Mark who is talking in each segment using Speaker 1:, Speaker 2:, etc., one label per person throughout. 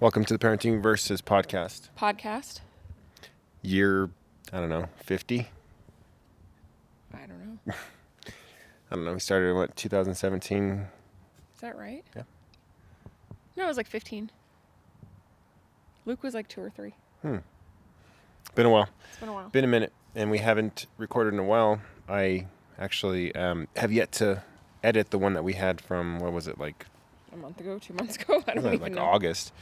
Speaker 1: Welcome to the Parenting Versus podcast.
Speaker 2: podcast.
Speaker 1: Year, I don't know, 50?
Speaker 2: I don't know.
Speaker 1: I don't know. We started in what, 2017?
Speaker 2: Is that right?
Speaker 1: Yeah.
Speaker 2: No, it was like 15. Luke was like two or three.
Speaker 1: Been a while.
Speaker 2: It's been a while.
Speaker 1: Been a minute. And we haven't recorded in a while. I actually um, have yet to edit the one that we had from, what was it, like,
Speaker 2: a month ago, two months ago. I don't
Speaker 1: was that
Speaker 2: even
Speaker 1: like
Speaker 2: know.
Speaker 1: August?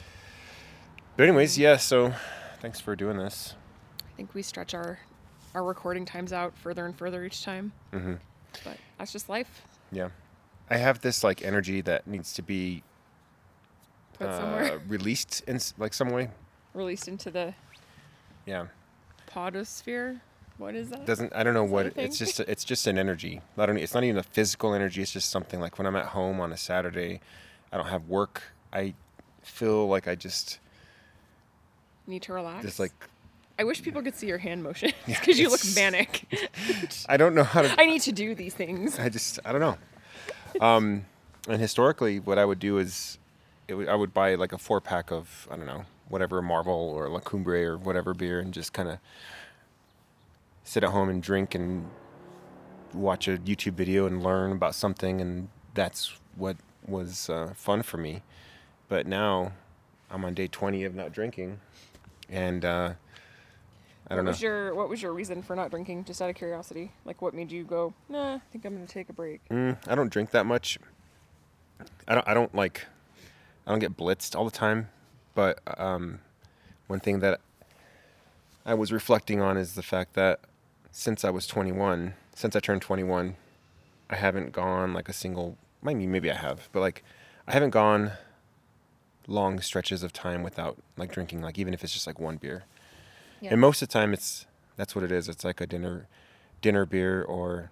Speaker 1: But, anyways, yeah, so thanks for doing this.
Speaker 2: I think we stretch our our recording times out further and further each time. Mm-hmm. But that's just life.
Speaker 1: Yeah. I have this, like, energy that needs to be
Speaker 2: Put somewhere,
Speaker 1: uh, released in, s- like, some way.
Speaker 2: released into the
Speaker 1: Yeah.
Speaker 2: podosphere. What is that?
Speaker 1: doesn't i don't know what
Speaker 2: a
Speaker 1: it- it's
Speaker 2: thing?
Speaker 1: just a- it's just an energy i don't it's not even a physical energy it's just something like when i'm at home on a saturday i don't have work i feel like i just
Speaker 2: Need to relax.
Speaker 1: just like
Speaker 2: I wish people could see your hand motions
Speaker 1: Yeah,
Speaker 2: because you look
Speaker 1: it's-
Speaker 2: manic.
Speaker 1: i don't know how to
Speaker 2: I need to do these things.
Speaker 1: I just I don't know. Um, and historically, what I would do is, it would, I would buy like a four pack of I don't know whatever Marvel or La Cumbre or whatever beer, and just kind of sit at home and drink and watch a YouTube video and learn about something, and that's what was uh, fun for me. But now, I'm on day twenty of not drinking, and uh, I don't
Speaker 2: what
Speaker 1: know.
Speaker 2: was your what was your reason for not drinking just out of curiosity like what made you go nah i think i'm gonna take a break
Speaker 1: Mm, I don't drink that much. I don't. I don't like. I don't get blitzed all the time, but um, one thing that I was reflecting on is the fact that since I was 21, since I turned 21, I haven't gone like a single. I mean, maybe I have, but like, I haven't gone long stretches of time without like drinking, like even if it's just like one beer.
Speaker 2: Yeah.
Speaker 1: And most of the time, it's that's what it is. It's like a dinner, dinner beer or,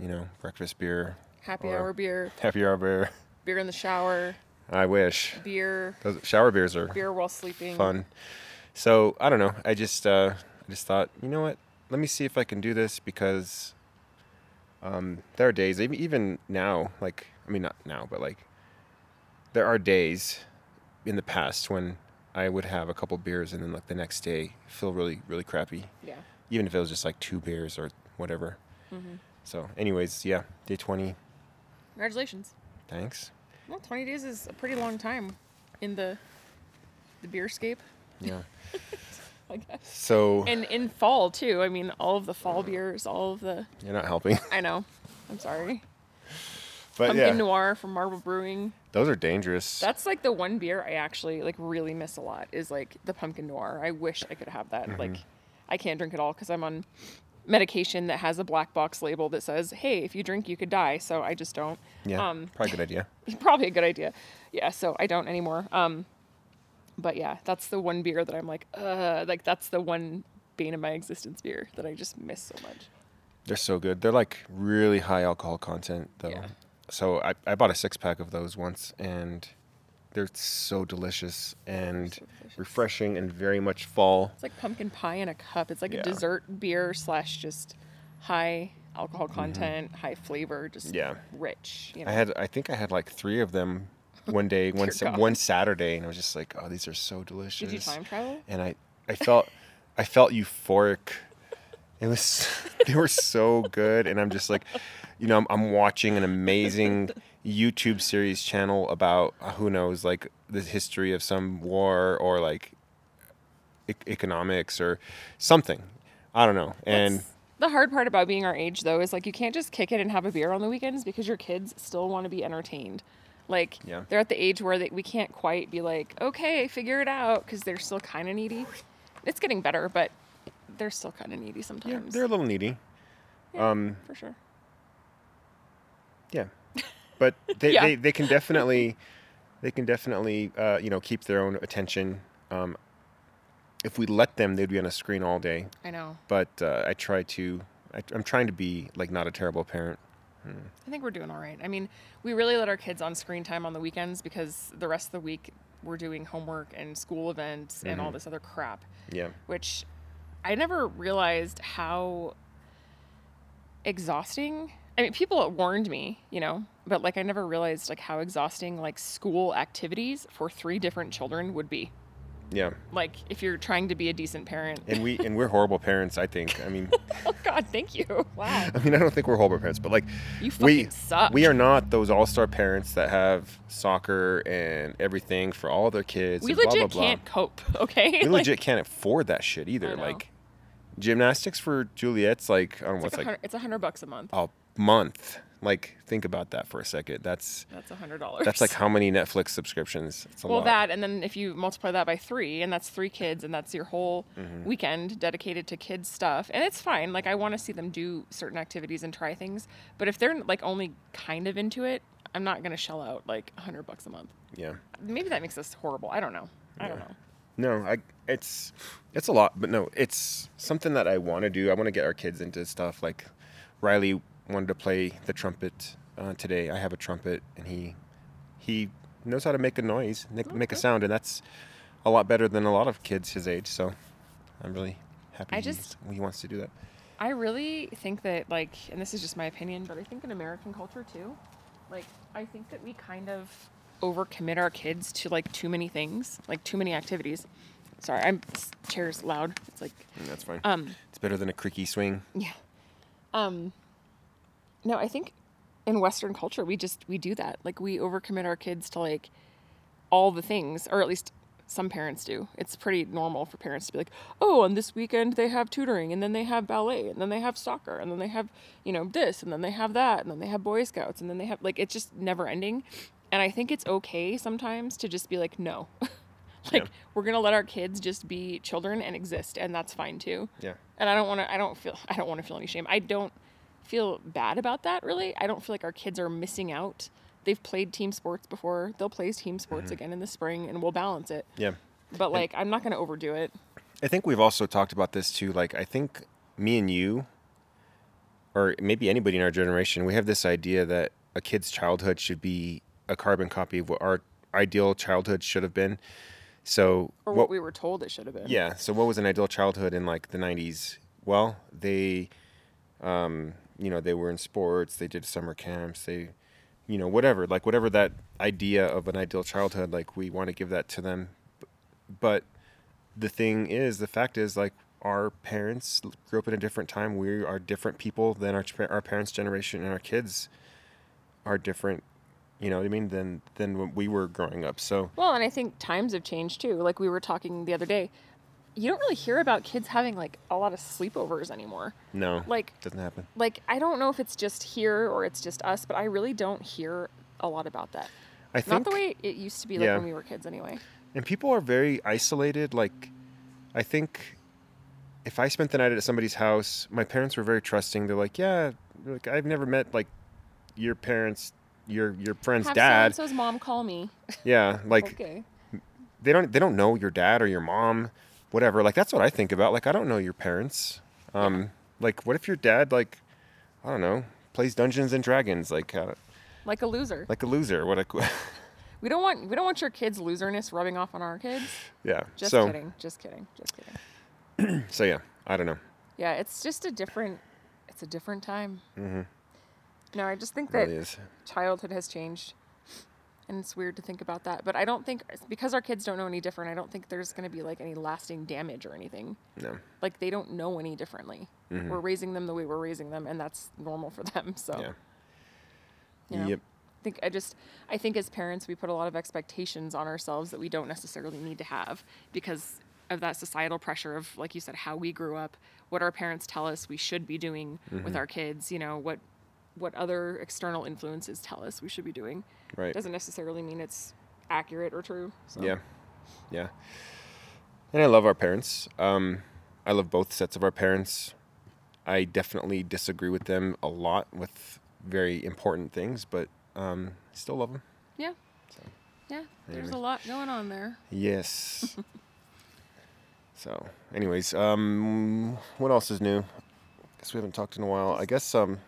Speaker 1: you know, breakfast beer,
Speaker 2: happy
Speaker 1: Or-
Speaker 2: hour beer
Speaker 1: happy hour beer.
Speaker 2: beer in the shower
Speaker 1: I wish
Speaker 2: beer
Speaker 1: those shower beers are
Speaker 2: beer while sleeping
Speaker 1: fun. So I don't know. I just uh, I just thought, you know what? Let me see if I can do this because um, there are days, even even now, like I mean, not now, but like there are days in the past when I would have a couple beers and then like the next day feel really really crappy,
Speaker 2: yeah
Speaker 1: even if it was just like two beers or whatever. So, anyways, yeah, day twenty.
Speaker 2: congratulations
Speaker 1: Thanks.
Speaker 2: well 20 days is a pretty long time in the the beerscape
Speaker 1: Yeah.
Speaker 2: i guess
Speaker 1: So
Speaker 2: and in fall too i mean all of the fall
Speaker 1: Mm.
Speaker 2: beers all of the
Speaker 1: you're not helping,
Speaker 2: i know i'm sorry
Speaker 1: but
Speaker 2: pumpkin
Speaker 1: yeah,
Speaker 2: noir from marble brewing
Speaker 1: those are dangerous.
Speaker 2: That's like the one beer I actually like really miss a lot is like the pumpkin noir. I wish I could have that. Like I can't drink it all because I'm on medication that has a black box label that says, "Hey, if you drink, you could die." So I just don't.
Speaker 1: Yeah,
Speaker 2: Um,
Speaker 1: probably a good idea.
Speaker 2: probably a good idea. Yeah. So I don't anymore. Um, but yeah, that's the one beer that I'm like, uh, like that's the one bane of my existence beer that I just miss so much.
Speaker 1: They're so good. They're like really high alcohol content though.
Speaker 2: Yeah.
Speaker 1: So I, I bought a six pack of those once and they're so delicious and
Speaker 2: so delicious.
Speaker 1: refreshing and very much fall.
Speaker 2: It's like pumpkin pie in a cup. It's like
Speaker 1: Yeah.
Speaker 2: a dessert beer slash just high alcohol content, high flavor, just
Speaker 1: Mm-hmm. Yeah.
Speaker 2: rich. You know?
Speaker 1: I had I think I had like three of them one day, one
Speaker 2: Dear
Speaker 1: sa-
Speaker 2: God.
Speaker 1: one Saturday, and I was just like, oh, these are so delicious.
Speaker 2: Did you time travel?
Speaker 1: And I I felt I felt euphoric. It was they were so good, and I'm just like, you know, I'm, I'm watching an amazing YouTube series channel about uh, who knows like the history of some war or like e- economics or something. I don't know. And
Speaker 2: That's the hard part about being our age though is like you can't just kick it and have a beer on the weekends because your kids still want to be entertained. Like
Speaker 1: Yeah.
Speaker 2: they're at the age where they, we can't quite be like, okay, figure it out, because they're still kind of needy. It's getting better, but they're still kind of needy
Speaker 1: yeah,
Speaker 2: sometimes.
Speaker 1: they're a little needy.
Speaker 2: Yeah,
Speaker 1: um,
Speaker 2: for sure.
Speaker 1: Yeah, but they,
Speaker 2: Yeah.
Speaker 1: they, they can definitely they can definitely uh, you know keep their own attention. Um, if we let them, they'd be on a screen all day.
Speaker 2: I know.
Speaker 1: But uh, I try to I, I'm trying to be like not a terrible parent.
Speaker 2: I think we're doing all right. I mean, we really let our kids on screen time on the weekends because the rest of the week we're doing homework and school events and
Speaker 1: Mm-hmm.
Speaker 2: all this other crap,
Speaker 1: Yeah,
Speaker 2: which I never realized how exhausting. I mean, people warned me, you know, but like I never realized like how exhausting like school activities for three different children would be.
Speaker 1: Yeah.
Speaker 2: Like if you're trying to be a decent parent.
Speaker 1: And we and we're horrible parents. I think. I mean,
Speaker 2: oh God, thank you. Wow.
Speaker 1: I mean, I don't think we're horrible parents, but like,
Speaker 2: You fucking
Speaker 1: we
Speaker 2: suck.
Speaker 1: we are not those all star parents that have soccer and everything for all their kids.
Speaker 2: we
Speaker 1: and blah,
Speaker 2: legit
Speaker 1: blah, blah.
Speaker 2: can't cope. Okay.
Speaker 1: We
Speaker 2: Like,
Speaker 1: legit can't afford that shit
Speaker 2: I
Speaker 1: either.
Speaker 2: know.
Speaker 1: Like, gymnastics for Juliet's like I don't know
Speaker 2: It's
Speaker 1: what's
Speaker 2: like,
Speaker 1: like,
Speaker 2: a hundred it's a hundred bucks a month.
Speaker 1: a month. Like, think about that for a second. That's
Speaker 2: That's a hundred dollars.
Speaker 1: that's like how many Netflix subscriptions? It's a
Speaker 2: well
Speaker 1: lot.
Speaker 2: that and then if you multiply that by three and that's three kids and that's your whole weekend dedicated to kids stuff and it's fine like i want to see them do certain activities and try things but if they're like only kind of into it i'm not going to shell out like a 100 bucks a month
Speaker 1: yeah.
Speaker 2: maybe that makes us horrible i don't know i don't know
Speaker 1: No, I it's it's a lot, but no, it's something that I want to do. I want to get our kids into stuff like Riley wanted to play the trumpet uh, today. I have a trumpet, and he he knows how to make a noise, make, make a sound, and that's a lot better than a lot of kids his age. So I'm really happy.
Speaker 2: I
Speaker 1: he-
Speaker 2: just-
Speaker 1: he wants to do that.
Speaker 2: I really think that like, and this is just my opinion, but I think in American culture too, like I think that we kind of overcommit our kids to like too many things, like too many activities. Sorry, I'm this chair's loud. It's like
Speaker 1: And that's fine.
Speaker 2: um
Speaker 1: it's better than a creaky swing.
Speaker 2: yeah. Um no, I think in western culture we just we do that. Like we overcommit our kids to like all the things or at least some parents do. It's pretty normal for parents to be like, "Oh, on this weekend they have tutoring and then they have ballet and then they have soccer and then they have, you know, this and then they have that and then they have boy scouts and then they have like it's just never ending." And I think it's okay sometimes to just be like, "No." like
Speaker 1: Yeah.
Speaker 2: we're going to let our kids just be children and exist and that's fine too
Speaker 1: Yeah.
Speaker 2: and I don't want to. I don't feel. I don't want to feel any shame. I don't feel bad about that. Really, I don't feel like our kids are missing out. They've played team sports before. They'll play team sports
Speaker 1: Mm-hmm.
Speaker 2: again in the spring, and we'll balance it.
Speaker 1: Yeah.
Speaker 2: But like, I'm not going to overdo it.
Speaker 1: I think we've also talked about this too. Like, I think me and you, or maybe anybody in our generation, we have this idea that a kid's childhood should be a carbon copy of what our ideal childhood should have been. So,
Speaker 2: Or what, we were told it should have been.
Speaker 1: yeah. So, what was an ideal childhood in like the 90s? Well, they, um, you know, they were in sports, they did summer camps, they, you know, whatever, like whatever that idea of an ideal childhood, like we want to give that to them. B- But the thing is, the fact is, like our parents l- grew up in a different time. We are different people than our ch- our parents' generation, and our kids are different. You know what I mean? Than than when we were growing up. So
Speaker 2: Well, and I think times have changed too. Like we were talking the other day, you don't really hear about kids having like a lot of sleepovers anymore.
Speaker 1: no,
Speaker 2: Like-
Speaker 1: doesn't happen.
Speaker 2: Like I don't know if it's just here or it's just us, but I really don't hear a lot about that.
Speaker 1: I think
Speaker 2: Not the way it used to be like
Speaker 1: Yeah.
Speaker 2: when we were kids anyway.
Speaker 1: and people are very isolated like i think if i spent the night at somebody's house my parents were very trusting they're like yeah like i've never met like your parents your your friend's
Speaker 2: Have
Speaker 1: dad
Speaker 2: so-and-so's mom call me.
Speaker 1: yeah like
Speaker 2: okay.
Speaker 1: they don't they don't know your dad or your mom whatever like that's what i think about like i don't know your parents um like what if your dad like i don't know plays dungeons and dragons like uh,
Speaker 2: Like a loser.
Speaker 1: like a loser what a
Speaker 2: we don't want we don't want your kids' loserness rubbing off on our kids.
Speaker 1: yeah
Speaker 2: Just
Speaker 1: so
Speaker 2: kidding. Just kidding. Just kidding.
Speaker 1: so yeah i don't know
Speaker 2: Yeah, it's just a different it's a different time. Mm-hmm. No, I just think
Speaker 1: it
Speaker 2: that
Speaker 1: really is
Speaker 2: childhood has changed. And it's weird to think about that. But I don't think because our kids don't know any different, I don't think there's gonna be like any lasting damage or anything.
Speaker 1: no
Speaker 2: Like they don't know any differently.
Speaker 1: Mm-hmm.
Speaker 2: We're raising them the way we're raising them and that's normal for them. So
Speaker 1: yeah
Speaker 2: you know?
Speaker 1: Yep.
Speaker 2: I think I just I think as parents we put a lot of expectations on ourselves that we don't necessarily need to have because of that societal pressure of like you said how we grew up, what our parents tell us we should be doing with
Speaker 1: Mm-hmm.
Speaker 2: our kids, you know, what what other external influences tell us we should be doing.
Speaker 1: right
Speaker 2: Doesn't necessarily mean it's accurate or true. So
Speaker 1: Yeah. Yeah. And I love our parents. Um, I love both sets of our parents. I definitely disagree with them a lot with very important things, but um, still love them.
Speaker 2: Yeah. Yeah, there's a lot going on there.
Speaker 1: Yes. so, anyways, um, what else is new? Guess we haven't talked in a while. I guess, um,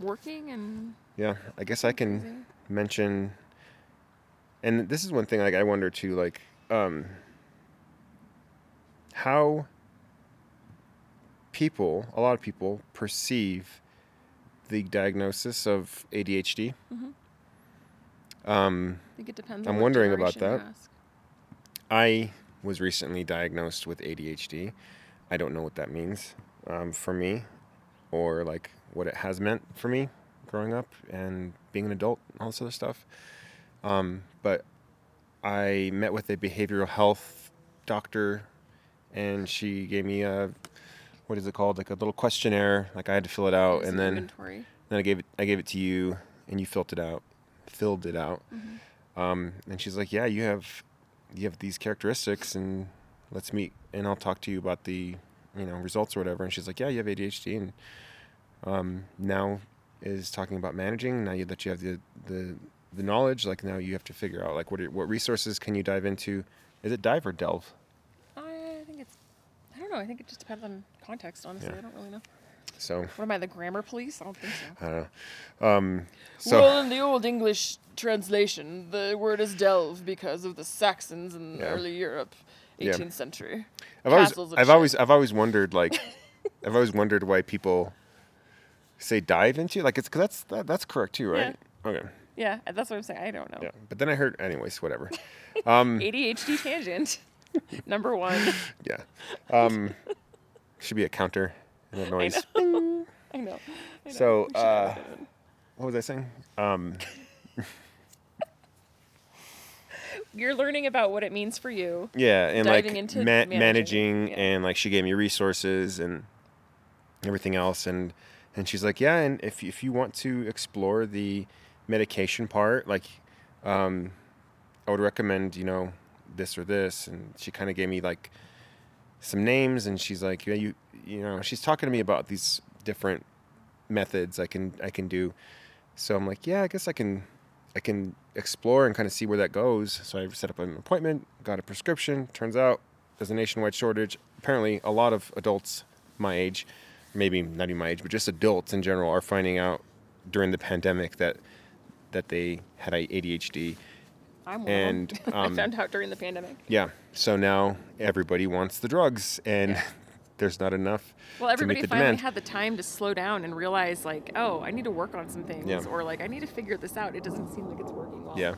Speaker 2: Working and
Speaker 1: yeah, I guess I can
Speaker 2: Crazy.
Speaker 1: mention. And this is one thing, like I wonder too, like um, how people, a lot of people, perceive the diagnosis of ADHD. Um,
Speaker 2: I think it depends.
Speaker 1: I'm
Speaker 2: on what
Speaker 1: wondering about
Speaker 2: generation you
Speaker 1: that.
Speaker 2: ask.
Speaker 1: I was recently diagnosed with ADHD. I don't know what that means um, for me or like what it has meant for me growing up and being an adult and all this other stuff. Um, but I met with a behavioral health doctor and she gave me a what is it called like a little questionnaire like I had to fill it out
Speaker 2: It's
Speaker 1: Oh, and
Speaker 2: an
Speaker 1: then
Speaker 2: inventory.
Speaker 1: then I gave it I gave it to you and you filled it out filled it out um, and she's like yeah you have you have these characteristics and let's meet and I'll talk to you about the you know results or whatever and she's like yeah you have ADHD and um, now is talking about managing now you, that you have the, the the knowledge like now you have to figure out like what are, what resources can you dive into is it dive or delve
Speaker 2: I think it's. I don't know. I think it just depends on context. Honestly,
Speaker 1: Yeah.
Speaker 2: I don't really know.
Speaker 1: so
Speaker 2: What am I, the grammar police? I don't think so.
Speaker 1: I don't know um, Uh, so
Speaker 2: well, in the old English translation, the word is delve because of the Saxons in
Speaker 1: Yeah.
Speaker 2: early Europe,
Speaker 1: Yeah.
Speaker 2: 18th century.
Speaker 1: I've always,
Speaker 2: Castles and
Speaker 1: I've
Speaker 2: shit.
Speaker 1: always, I've always wondered like, I've always wondered why people say dive into like it's because that's that, that's correct too, right? Okay,
Speaker 2: Yeah, that's what I'm saying. I don't know.
Speaker 1: yeah. But then I heard, anyways, whatever. Um,
Speaker 2: ADHD tangent. Number one.
Speaker 1: yeah, um, should be a counter and a noise.
Speaker 2: I know. I know.
Speaker 1: So,
Speaker 2: We should have
Speaker 1: uh,
Speaker 2: done
Speaker 1: What was I saying? Um,
Speaker 2: it. you're learning about what it means for you.
Speaker 1: yeah, and
Speaker 2: Diving
Speaker 1: like
Speaker 2: into
Speaker 1: ma-
Speaker 2: managing,
Speaker 1: managing,
Speaker 2: yeah.
Speaker 1: and like she gave me resources and everything else, and and she's like, yeah, and if if you want to explore the medication part, like, um, I would recommend, you know, this or this. And she kind of gave me like some names and she's like, yeah, you, you know, she's talking to me about these different methods I can, I can do. So I'm like, yeah, I guess I can, I can explore and kind of see where that goes. So I set up an appointment, got a prescription. Turns out there's a nationwide shortage. Apparently a lot of adults my age, maybe not even my age, but just adults in general are finding out during the pandemic that, that they had ADHD
Speaker 2: I'm one.
Speaker 1: and
Speaker 2: I
Speaker 1: um,
Speaker 2: found out during the pandemic.
Speaker 1: yeah, so now everybody wants the drugs, and there's not enough
Speaker 2: Well, everybody
Speaker 1: to meet the
Speaker 2: finally
Speaker 1: demand.
Speaker 2: had the time to slow down and realize, like, oh, I need to work on some things,
Speaker 1: Yeah.
Speaker 2: or like, I need to figure this out. It doesn't seem like it's working well.
Speaker 1: yeah,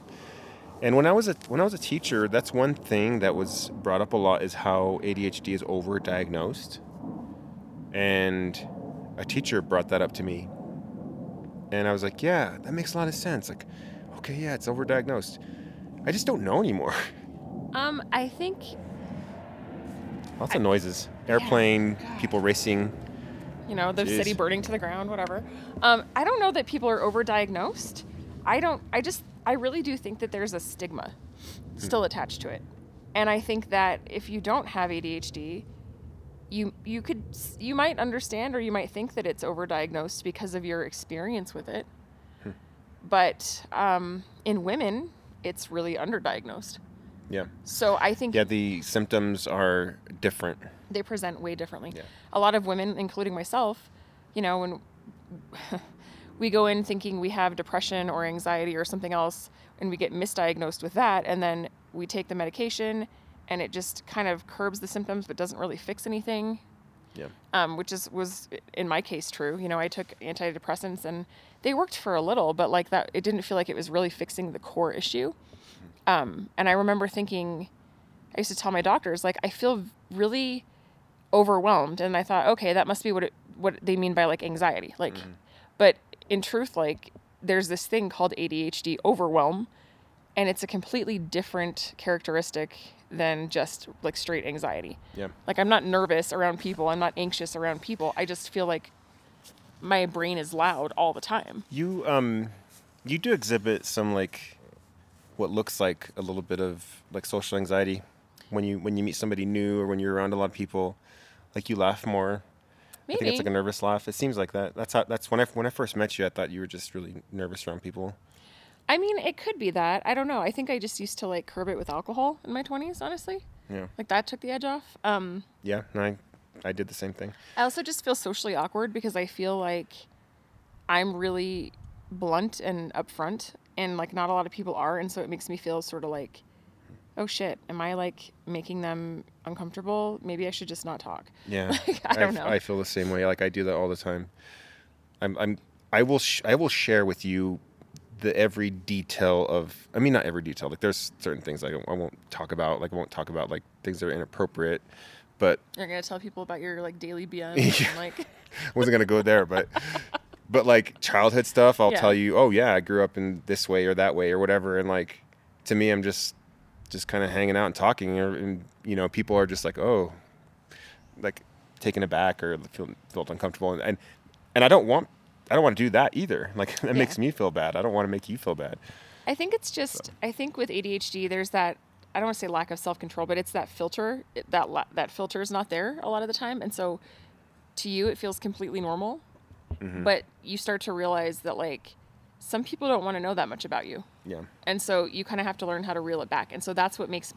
Speaker 1: and when I was a when I was a teacher, that's one thing that was brought up a lot is how ADHD is overdiagnosed, and a teacher brought that up to me, and I was like, yeah, that makes a lot of sense. Like, okay, yeah, it's overdiagnosed. I just don't know anymore.
Speaker 2: Um, I think
Speaker 1: Lots of noises, airplane,
Speaker 2: God.
Speaker 1: people racing.
Speaker 2: you know the
Speaker 1: Jeez.
Speaker 2: city burning to the ground whatever um, i don't know that people are overdiagnosed i don't i just i really do think that there's a stigma
Speaker 1: Hmm.
Speaker 2: still attached to it and i think that if you don't have adhd you you could s- you might understand or you might think that it's overdiagnosed because of your experience with it
Speaker 1: Hmm.
Speaker 2: but um, in women it's really underdiagnosed
Speaker 1: Yeah,
Speaker 2: so i think
Speaker 1: yeah, the symptoms are different.
Speaker 2: they present way differently.
Speaker 1: Yeah.
Speaker 2: A lot of women, including myself, you know, when we go in thinking we have depression or anxiety or something else, and we get misdiagnosed with that, and then we take the medication, and it just kind of curbs the symptoms but doesn't really fix anything
Speaker 1: Yeah.
Speaker 2: um, which is was in my case true. You know, I took antidepressants and they worked for a little, but like that, it didn't feel like it was really fixing the core issue. Um, and I remember thinking, I used to tell my doctors like I feel really overwhelmed, and I thought, okay, that must be what it, what they mean by like anxiety, like. But in truth, like there's this thing called ADHD overwhelm, and it's a completely different characteristic than just like straight anxiety.
Speaker 1: Yeah.
Speaker 2: Like I'm not nervous around people. I'm not anxious around people. I just feel like my brain is loud all the time.
Speaker 1: You um, you do exhibit some like, what looks like a little bit of like social anxiety, when you when you meet somebody new or when you're around a lot of people, like you laugh more. I think
Speaker 2: Maybe.
Speaker 1: it's like a nervous laugh. It seems like that. That's how. That's when I when I first met you, I thought you were just really nervous around people.
Speaker 2: I mean, it could be that. I don't know. I think I just used to like curb it with alcohol in my 20s, honestly.
Speaker 1: Yeah.
Speaker 2: Like that took the edge off. Um
Speaker 1: Yeah. And I, I did the same thing.
Speaker 2: I also just feel socially awkward because I feel like I'm really blunt and upfront and like not a lot of people are and so it makes me feel sort of like oh shit, am I like making them uncomfortable? Maybe I should just not talk.
Speaker 1: Yeah.
Speaker 2: I don't
Speaker 1: f-
Speaker 2: know.
Speaker 1: I feel the same way. Like I do that all the time. I'm. I'm. I will. Sh- I will share with you the every detail of I mean not every detail like there's certain things I, don't- I won't talk about like I won't talk about like things that are inappropriate but
Speaker 2: You're gonna tell people about your like daily BM.
Speaker 1: Yeah.
Speaker 2: and, like,
Speaker 1: I wasn't gonna go there but but like childhood stuff I'll
Speaker 2: Yeah.
Speaker 1: tell you oh yeah I grew up in this way or that way or whatever and like to me I'm just just kind of hanging out and talking or, and you know people are just like oh like taken aback or feel, felt uncomfortable and, and and I don't want I don't want to do that either like that
Speaker 2: Yeah.
Speaker 1: makes me feel bad I don't want to make you feel bad
Speaker 2: I think it's just I think with ADHD there's that I don't want to say lack of self control, but it's that filter it- that la- that filter is not there a lot of the time, and so to you it feels completely normal, but you start to realize that like some people don't want to know that much about you,
Speaker 1: yeah
Speaker 2: and so you kind of have to learn how to reel it back, and so that's what makes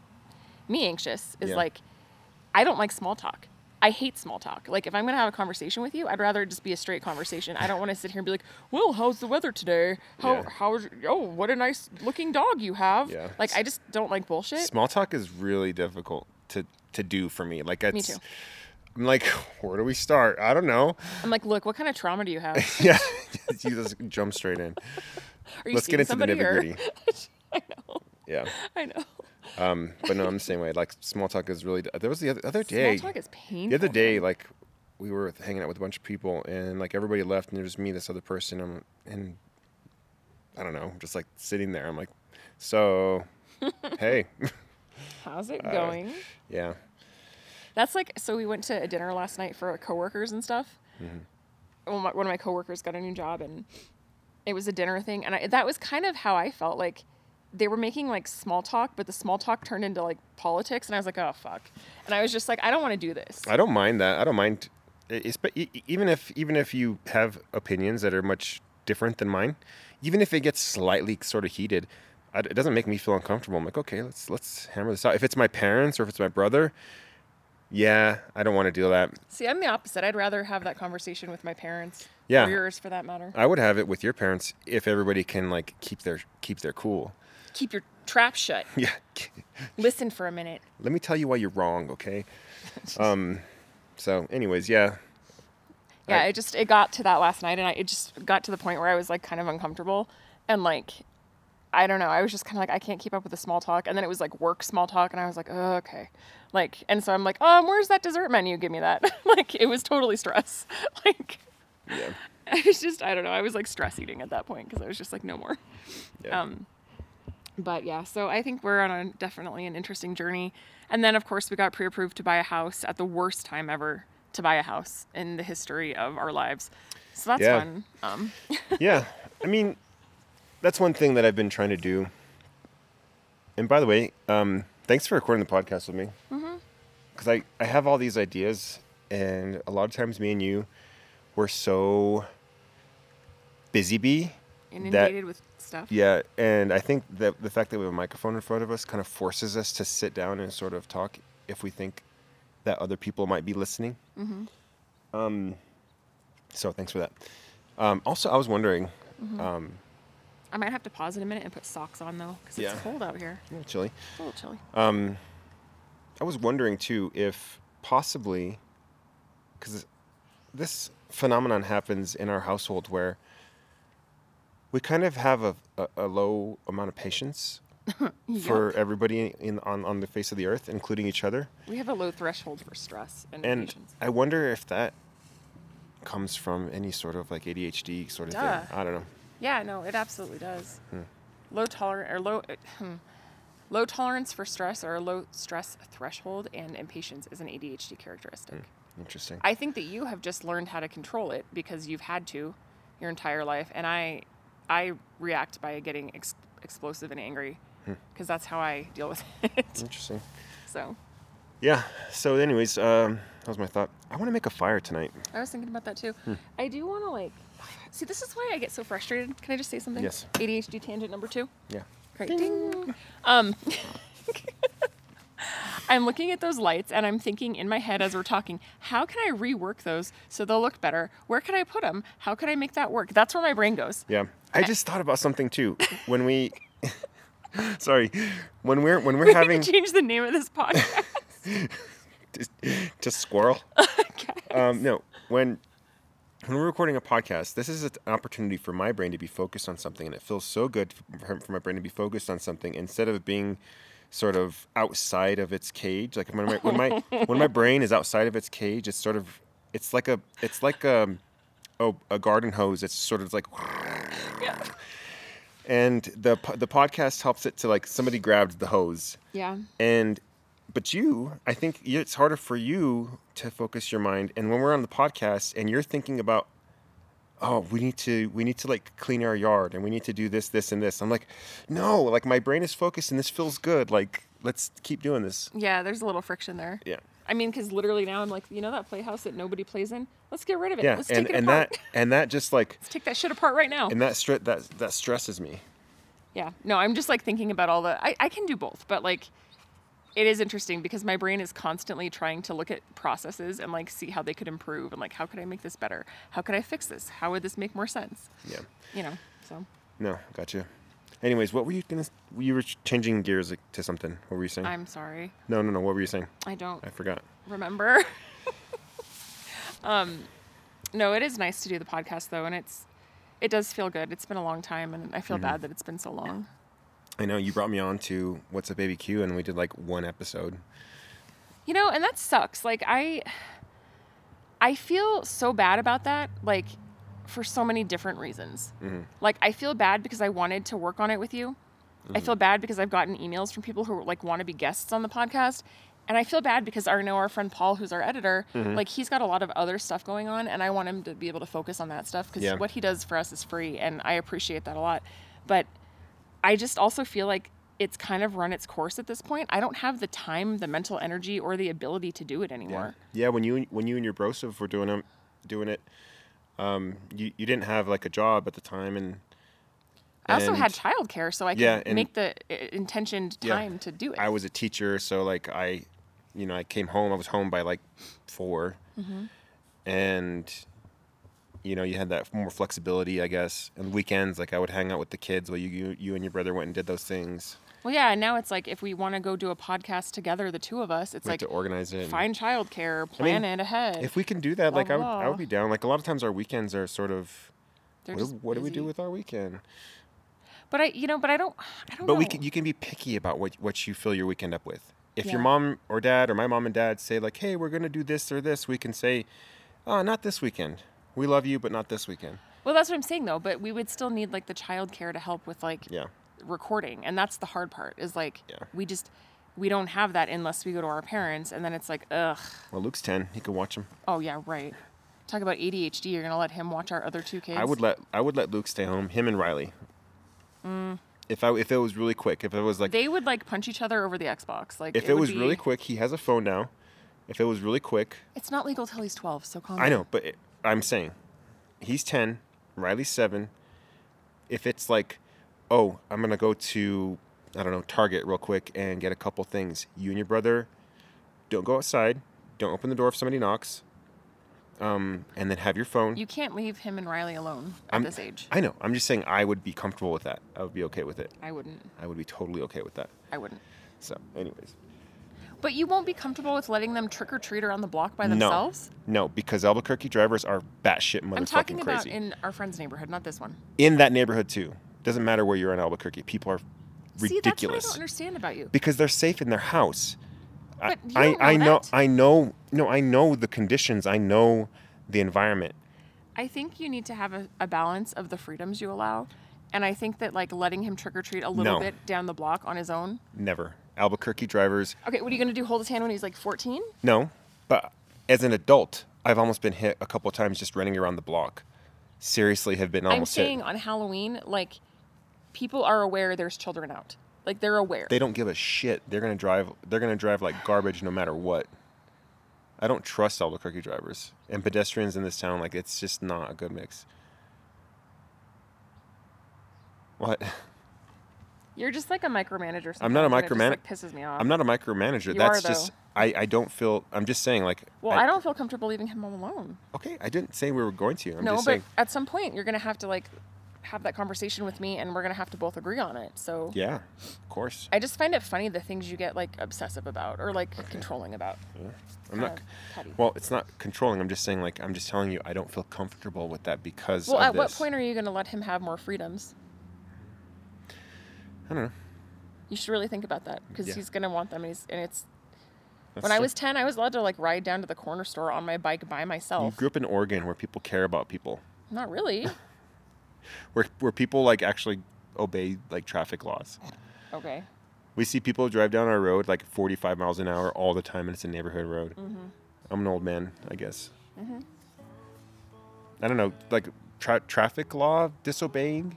Speaker 2: me anxious is
Speaker 1: Yeah.
Speaker 2: like I don't like small talk. I hate small talk. Like if I'm gonna have a conversation with you, I'd rather it just be a straight conversation. I don't want to sit here and be like, "Well, how's the weather today? How
Speaker 1: Yeah.
Speaker 2: how's oh what a nice looking dog you have."
Speaker 1: Yeah.
Speaker 2: Like I just don't like bullshit.
Speaker 1: Small talk is really difficult to to do for me. Like it's,
Speaker 2: too.
Speaker 1: I'm like, where do we start? I don't know.
Speaker 2: I'm like, look, what kind of trauma do you have?
Speaker 1: Yeah, you just jump straight in.
Speaker 2: Are you
Speaker 1: Let's
Speaker 2: seeing
Speaker 1: get into the
Speaker 2: somebody
Speaker 1: nitty
Speaker 2: or-
Speaker 1: gritty.
Speaker 2: I know,
Speaker 1: Yeah,
Speaker 2: I know.
Speaker 1: um, but no, I'm the same way. Like small talk is really. There was the other, other day.
Speaker 2: Small talk is painful.
Speaker 1: the other day, like we were hanging out with a bunch of people, and like everybody left, and there's me, this other person, um, and I don't know, just like sitting there. I'm like, so, hey,
Speaker 2: how's it going?
Speaker 1: yeah,
Speaker 2: That's like so we went to a dinner last night for our coworkers and stuff. Well, my, one of my coworkers got a new job and it was a dinner thing, and I, that was kind of how I felt. Like they were making like small talk, but the small talk turned into like politics, and I was like, oh fuck, and I was just like, I don't want to do this.
Speaker 1: I don't mind that. I don't mind, e- espe- e- e- even if even if you have opinions that are much different than mine, even if it gets slightly sort of heated, I d it doesn't make me feel uncomfortable. I'm like, okay, let's let's hammer this out. If it's my parents or if it's my brother, yeah, I don't want to deal with that.
Speaker 2: See, I'm the opposite. I'd rather have that conversation with my parents.
Speaker 1: Yeah. Uh.
Speaker 2: Or yours, for that matter.
Speaker 1: I would have it with your parents if everybody can like keep their keep their cool.
Speaker 2: Keep your trap shut.
Speaker 1: Yeah,
Speaker 2: Listen for a minute.
Speaker 1: let me tell you why you're wrong. Okay. Um. So, anyways, yeah,
Speaker 2: Yeah,
Speaker 1: Right.
Speaker 2: it just it got to that last night, and I it just got to the point where I was like kind of uncomfortable, and like, I don't know, I was just kind of like I can't keep up with the small talk, and then it was like work small talk, and I was like, oh, okay, like, and so I'm like, um, where's that dessert menu? Give me that. like, it was totally stress. like,
Speaker 1: yeah,
Speaker 2: I was just I don't know, I was like stress eating at that point because I was just like no more.
Speaker 1: yeah.
Speaker 2: Um, but yeah, so I think we're on a definitely an interesting journey. And then of course we got pre-approved to buy a house at the worst time ever to buy a house in the history of our lives. So that's
Speaker 1: Yeah.
Speaker 2: fun. Um,
Speaker 1: yeah i mean that's one thing that i've been trying to do and by the way um, thanks for recording the podcast with me because I, I have all these ideas and a lot of times me and you were so busy bee that
Speaker 2: inundated with stuff.
Speaker 1: yeah and i think that the fact that we have a microphone in front of us kind of forces us to sit down and sort of talk if we think that other people might be listening um, so thanks for that um, also i was wondering um,
Speaker 2: I might have to pause in a minute and put socks on though because
Speaker 1: Yeah. Uh,
Speaker 2: it's cold out here.
Speaker 1: a little chilly.
Speaker 2: It's a little chilly.
Speaker 1: I was wondering too if possibly, because this phenomenon happens in our household where we kind of have a, a, a low amount of patience for everybody in on, on the face of the earth, including each other.
Speaker 2: we have a low threshold for stress and,
Speaker 1: And
Speaker 2: patience.
Speaker 1: I wonder if that comes from any sort of like ADHD sort of
Speaker 2: Duh.
Speaker 1: thing. I don't know.
Speaker 2: Yeah, no, it absolutely does.
Speaker 1: Hmm.
Speaker 2: Low tolerance or low hmm, low tolerance for stress or a low stress threshold and impatience is an ADHD characteristic.
Speaker 1: Interesting.
Speaker 2: I think that you have just learned how to control it because you've had to your entire life and I I react by getting ex- explosive and angry because that's how I deal with it.
Speaker 1: Interesting.
Speaker 2: so,
Speaker 1: Yeah. So, anyways, um, that was my thought. I want to make a fire tonight.
Speaker 2: I was thinking about that too. I do want to like See, this is why I get so frustrated. Can I just say something?
Speaker 1: Yes.
Speaker 2: ADHD tangent number 2.
Speaker 1: Yeah.
Speaker 2: Great. Ding. Um, I'm looking at those lights and I'm thinking in my head as we're talking, how can I rework those so they'll look better? Where can I put them? How can I make that work? That's where my brain goes.
Speaker 1: Yeah. I just thought about something too. When we sorry. When we're when we're having
Speaker 2: Change the name of this podcast.
Speaker 1: just squirrel. Um no, when when we're recording a podcast, this is an opportunity for my brain to be focused on something, and it feels so good for, for my brain to be focused on something instead of being sort of outside of its cage. Like when my when my when my brain is outside of its cage, it's sort of it's like a it's like a a, a garden hose. It's sort of like. And the po- the podcast helps it to like somebody grabbed the hose
Speaker 2: Yeah.
Speaker 1: and but you i think you- it's harder for you to focus your mind and when we're on the podcast and you're thinking about oh we need to we need to like clean our yard and we need to do this this and this i'm like no like my brain is focused and this feels good like let's keep doing this
Speaker 2: Yeah, there's a little friction there.
Speaker 1: yeah
Speaker 2: I mean, because literally now I'm like, you know that playhouse that nobody plays in? Let's get rid of it.
Speaker 1: yeah
Speaker 2: Let's
Speaker 1: and
Speaker 2: take it
Speaker 1: and
Speaker 2: apart.
Speaker 1: that and that just like
Speaker 2: Let's take that shit apart right now.
Speaker 1: and that stre- that that stresses me
Speaker 2: Yeah. No, I'm just like thinking about all the I, I can do both, but like it is interesting because my brain is constantly trying to look at processes and like see how they could improve and like how could I make this better? How could I fix this? How would this make more sense?
Speaker 1: yeah
Speaker 2: You know. So
Speaker 1: no gotcha anyways what were you gonna you were changing gears like, to something what were you saying
Speaker 2: I'm sorry.
Speaker 1: no no no what were you saying
Speaker 2: I don't
Speaker 1: i forgot
Speaker 2: remember. um no, it is nice to do the podcast though and it's it does feel good. It's been a long time and I feel bad that it's been so long.
Speaker 1: I know you brought me on to What's a Baby Q, and we did like one episode.
Speaker 2: You know, and that sucks. Like I I feel so bad about that, like for so many different reasons. Like I feel bad because I wanted to work on it with you. I feel bad because I've gotten emails from people who like want to be guests on the podcast. And I feel bad because our know our friend Paul, who's our editor, like he's got a lot of other stuff going on, and I want him to be able to focus on that stuff because
Speaker 1: Yeah.
Speaker 2: what he does for us is free, and I appreciate that a lot. But I just also feel like it's kind of run its course at this point. I don't have the time, the mental energy, or the ability to do it anymore.
Speaker 1: Yeah, when you when you and your brosif were doing um, doing it, um, you you didn't have like a job at the time, and
Speaker 2: I also had
Speaker 1: and-
Speaker 2: childcare, so I could
Speaker 1: Yeah, and-
Speaker 2: make the uh, intentioned
Speaker 1: Yeah.
Speaker 2: time to do it.
Speaker 1: I was a teacher, so like I, you know, I came home. I was home by like 4
Speaker 2: Mm-hmm.
Speaker 1: and you know, you had that more flexibility, I guess. And weekends, like I would hang out with the kids while you you, you and your brother went and did those things.
Speaker 2: well, yeah, and now it's like if we want to go do a podcast together, the two of us, it's
Speaker 1: We had
Speaker 2: like
Speaker 1: to organize it. and-
Speaker 2: find childcare, plan it ahead.
Speaker 1: If we can do that,
Speaker 2: Blah,
Speaker 1: like I would, I
Speaker 2: blah.
Speaker 1: would be down. Like a lot of times, our weekends are sort of
Speaker 2: They're
Speaker 1: what, do-
Speaker 2: just
Speaker 1: what do we do
Speaker 2: busy.
Speaker 1: with our weekend?
Speaker 2: But I, you know, but I don't, I don't.
Speaker 1: But we
Speaker 2: know.
Speaker 1: can, you can be picky about what what you fill your weekend up with. If
Speaker 2: Yeah.
Speaker 1: your mom or dad or my mom and dad say like, "Hey, we're gonna do this or this," we can say, "Oh, not this weekend. We love you, but not this weekend."
Speaker 2: Well, that's what I'm saying though. But we would still need like the childcare to help with like
Speaker 1: Yeah,
Speaker 2: recording, and that's the hard part. Is like
Speaker 1: Yeah.
Speaker 2: we just we don't have that unless we go to our parents, and then it's like ugh.
Speaker 1: well, Luke's ten; he can watch him.
Speaker 2: Oh yeah, right. Talk about ADHD. You're gonna let him watch our other two kids.
Speaker 1: I would let I would let Luke stay home. Him and Riley. If I if it was really quick, if it was like
Speaker 2: Mm. They would like punch each other over the Xbox. Like
Speaker 1: if it,
Speaker 2: would
Speaker 1: was
Speaker 2: be-
Speaker 1: really quick, he has a phone now. If it was really quick,
Speaker 2: It's not legal till he's 12, so calm
Speaker 1: I
Speaker 2: down.
Speaker 1: know, but it, I'm saying he's 10, Riley's 7. If it's like, oh, I'm going to go to, I don't know, Target real quick and get a couple things, you and your brother don't go outside, don't open the door if somebody knocks, um, and then have your phone.
Speaker 2: You can't leave him and Riley alone at
Speaker 1: I'm,
Speaker 2: this age.
Speaker 1: I know. I'm just saying I would be comfortable with that. I would be okay with it.
Speaker 2: I wouldn't.
Speaker 1: I would be totally okay with that.
Speaker 2: I wouldn't.
Speaker 1: So, anyways.
Speaker 2: But you won't be comfortable with letting them trick or treat around the block by themselves?
Speaker 1: No, no, because Albuquerque drivers are batshit motherfucking
Speaker 2: I'm talking about
Speaker 1: crazy.
Speaker 2: in our friend's neighborhood, not this one.
Speaker 1: in that neighborhood too. Doesn't matter where you're in Albuquerque. People are
Speaker 2: See, that's
Speaker 1: ridiculous
Speaker 2: what I don't understand about you.
Speaker 1: because they're safe in their house.
Speaker 2: But you
Speaker 1: I,
Speaker 2: don't
Speaker 1: I
Speaker 2: know
Speaker 1: know
Speaker 2: that.
Speaker 1: I know no I know the conditions. I know the environment.
Speaker 2: I think you need to have a, a balance of the freedoms you allow. And I think that like letting him trick or treat a little
Speaker 1: No.
Speaker 2: bit down the block on his own.
Speaker 1: Never Albuquerque drivers.
Speaker 2: Okay, what are you gonna do? Hold his hand when he's like 14?
Speaker 1: No, but as an adult, I've almost been hit a couple times just running around the block. Seriously, have been
Speaker 2: I'm
Speaker 1: almost hit.
Speaker 2: saying on Halloween, like people are aware there's children out. Like they're aware.
Speaker 1: They don't give a shit. They're gonna drive. They're gonna drive like garbage no matter what. I don't trust Albuquerque drivers and pedestrians in this town. Like it's just not a good mix.
Speaker 2: Uh,
Speaker 1: What?
Speaker 2: You're just like a micromanager.
Speaker 1: I'm not a
Speaker 2: sometimes, and it
Speaker 1: micromanager.
Speaker 2: just, like, pisses me off.
Speaker 1: I'm not a micromanager.
Speaker 2: You
Speaker 1: That's
Speaker 2: are,
Speaker 1: just
Speaker 2: though.
Speaker 1: I. I don't feel. I'm just saying like.
Speaker 2: Well, I, don't feel comfortable leaving him all alone.
Speaker 1: Okay, I didn't say we were going to. I'm
Speaker 2: no,
Speaker 1: just
Speaker 2: but
Speaker 1: saying.
Speaker 2: at some point you're gonna have to like have that conversation with me and we're going to have to both agree on it. So
Speaker 1: Yeah, of course.
Speaker 2: I just find it funny the things you get like obsessive about or like controlling about.
Speaker 1: I'm not.
Speaker 2: Uh, Patty.
Speaker 1: Well, it's not controlling. I'm just saying, like, I'm just telling you, I don't feel comfortable with that because.
Speaker 2: Well,
Speaker 1: of
Speaker 2: at what
Speaker 1: this.
Speaker 2: point are you going to let him have more freedoms?
Speaker 1: I don't know.
Speaker 2: You should really think about that because
Speaker 1: Yeah.
Speaker 2: he's going to want them. And, he's, and it's
Speaker 1: That's
Speaker 2: when I
Speaker 1: so-
Speaker 2: was 10, I was allowed to like ride down to the corner store on my bike by
Speaker 1: You
Speaker 2: myself.
Speaker 1: grew up in Oregon, where people care about people,
Speaker 2: Not really.
Speaker 1: where where people like actually obey like traffic laws.
Speaker 2: Okay.
Speaker 1: We see people drive down our road like 45 miles an hour all the time, and it's a neighborhood road. I'm an old man, I guess. I don't know, like tra- traffic law disobeying.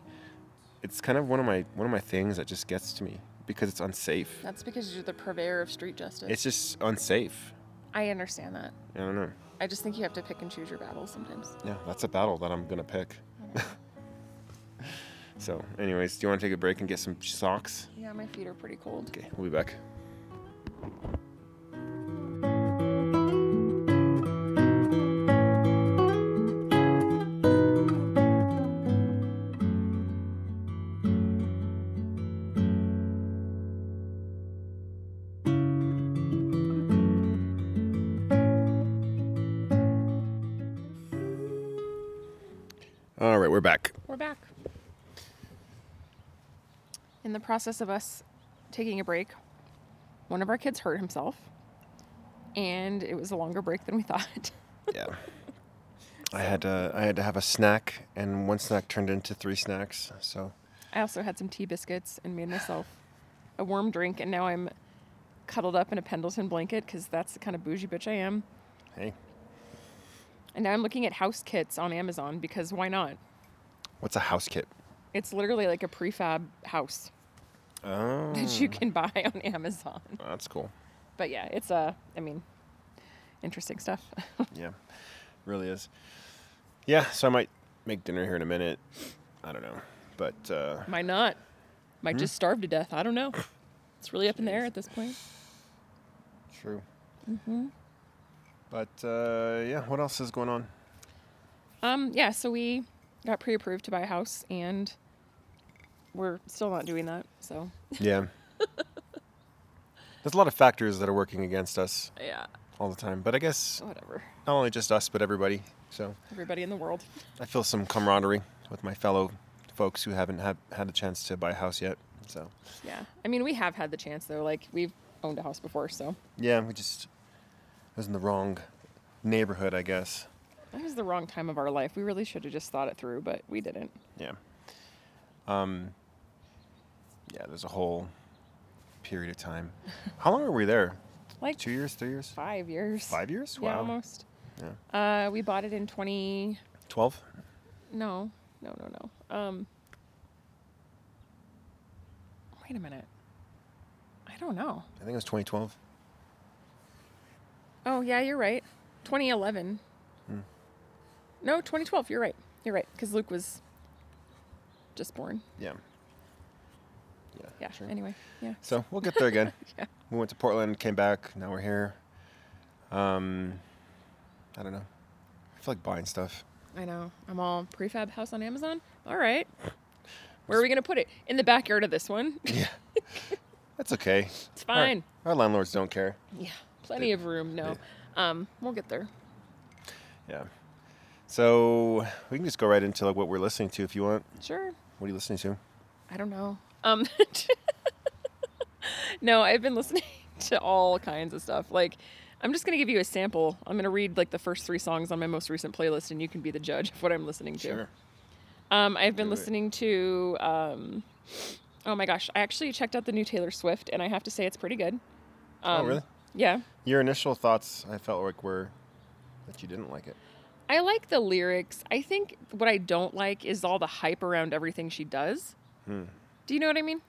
Speaker 1: It's kind of one of my one of my things that just gets to me because it's unsafe.
Speaker 2: That's because you're the purveyor of street justice.
Speaker 1: It's just unsafe.
Speaker 2: I understand that.
Speaker 1: I don't know.
Speaker 2: I just think you have to pick and choose your battles sometimes.
Speaker 1: Yeah, that's a battle that I'm gonna pick. so, anyways, do you want to take a break and get some socks?
Speaker 2: Yeah, my feet are pretty cold.
Speaker 1: Okay, we'll be back. All right, we're back.
Speaker 2: We're back. In the process of us taking a break, one of our kids hurt himself, and it was a longer break than we thought.
Speaker 1: Yeah. I had to, I had to have a snack, and one snack turned into three snacks. So
Speaker 2: I also had some tea biscuits and made myself a warm drink, and now I'm cuddled up in a Pendleton blanket because that's the kind of bougie bitch I am.
Speaker 1: hey,
Speaker 2: And now I'm looking at house kits on Amazon because why not?
Speaker 1: what's a house kit?
Speaker 2: It's literally like a prefab house
Speaker 1: Oh,
Speaker 2: that you can buy on Amazon.
Speaker 1: that's cool.
Speaker 2: But yeah, it's uh, I mean, interesting stuff.
Speaker 1: Yeah, really is. Yeah, so I might make dinner here in a minute. I don't know, but uh,
Speaker 2: Might not. Might just starve to death. I don't know. It's really up in the air at this point.
Speaker 1: true. But uh, yeah, what else is going on?
Speaker 2: Um, yeah, so we got pre approved to buy a house and we're still not doing that. So,
Speaker 1: Yeah, there's a lot of factors that are working against us
Speaker 2: yeah,
Speaker 1: all the time. But I guess
Speaker 2: whatever.
Speaker 1: not only just us, but everybody. So
Speaker 2: Everybody in the world.
Speaker 1: I feel some camaraderie with my fellow folks who haven't had had a chance to buy a house yet. So
Speaker 2: Yeah. I mean, we have had the chance though. Like, we've owned a house before. So,
Speaker 1: yeah, we just I was in the wrong neighborhood, I guess.
Speaker 2: that was the wrong time of our life. We really should have just thought it through, but we didn't.
Speaker 1: Yeah. Um, yeah, there's a whole period of time. How long were we there?
Speaker 2: Like,
Speaker 1: Two years, three years?
Speaker 2: five years.
Speaker 1: Five years?
Speaker 2: Yeah,
Speaker 1: Wow.
Speaker 2: almost. Uh, we bought it in 20.
Speaker 1: Twelve?
Speaker 2: No, no, no, no. Um, wait a minute. I don't know.
Speaker 1: I think it was 2012.
Speaker 2: Oh, yeah, you're right. 2011.
Speaker 1: Hmm.
Speaker 2: No, 2012. You're right. You're right. Because Luke was just born.
Speaker 1: Yeah. Yeah.
Speaker 2: Yeah.
Speaker 1: sure.
Speaker 2: Anyway. Yeah.
Speaker 1: So we'll get there again.
Speaker 2: Yeah.
Speaker 1: We went to Portland, came back, now we're here. Um, I don't know. I feel like buying stuff.
Speaker 2: I know. I'm all prefab house on Amazon. All right. Where are we gonna put it? In the backyard of this one.
Speaker 1: Yeah. That's okay.
Speaker 2: it's
Speaker 1: All right.
Speaker 2: fine.
Speaker 1: Our landlords don't care.
Speaker 2: Yeah. Plenty of room. No. Um, we'll get there.
Speaker 1: Yeah. So we can just go right into like what we're listening to if you want.
Speaker 2: Sure.
Speaker 1: What are you listening to?
Speaker 2: I don't know. Um, no, I've been listening to all kinds of stuff. Like, I'm just gonna give you a sample. I'm gonna read like the first three songs on my most recent playlist, and you can be the judge of what I'm listening to. Um, I've been
Speaker 1: Do it.
Speaker 2: listening to. Um, oh my gosh, I actually checked out the new Taylor Swift, and I have to say it's pretty good.
Speaker 1: Oh,
Speaker 2: Um,
Speaker 1: really?
Speaker 2: Yeah,
Speaker 1: Your initial thoughts, I felt like were that you didn't like it.
Speaker 2: I like the lyrics. I think what I don't like is all the hype around everything she does. Do you know what I mean?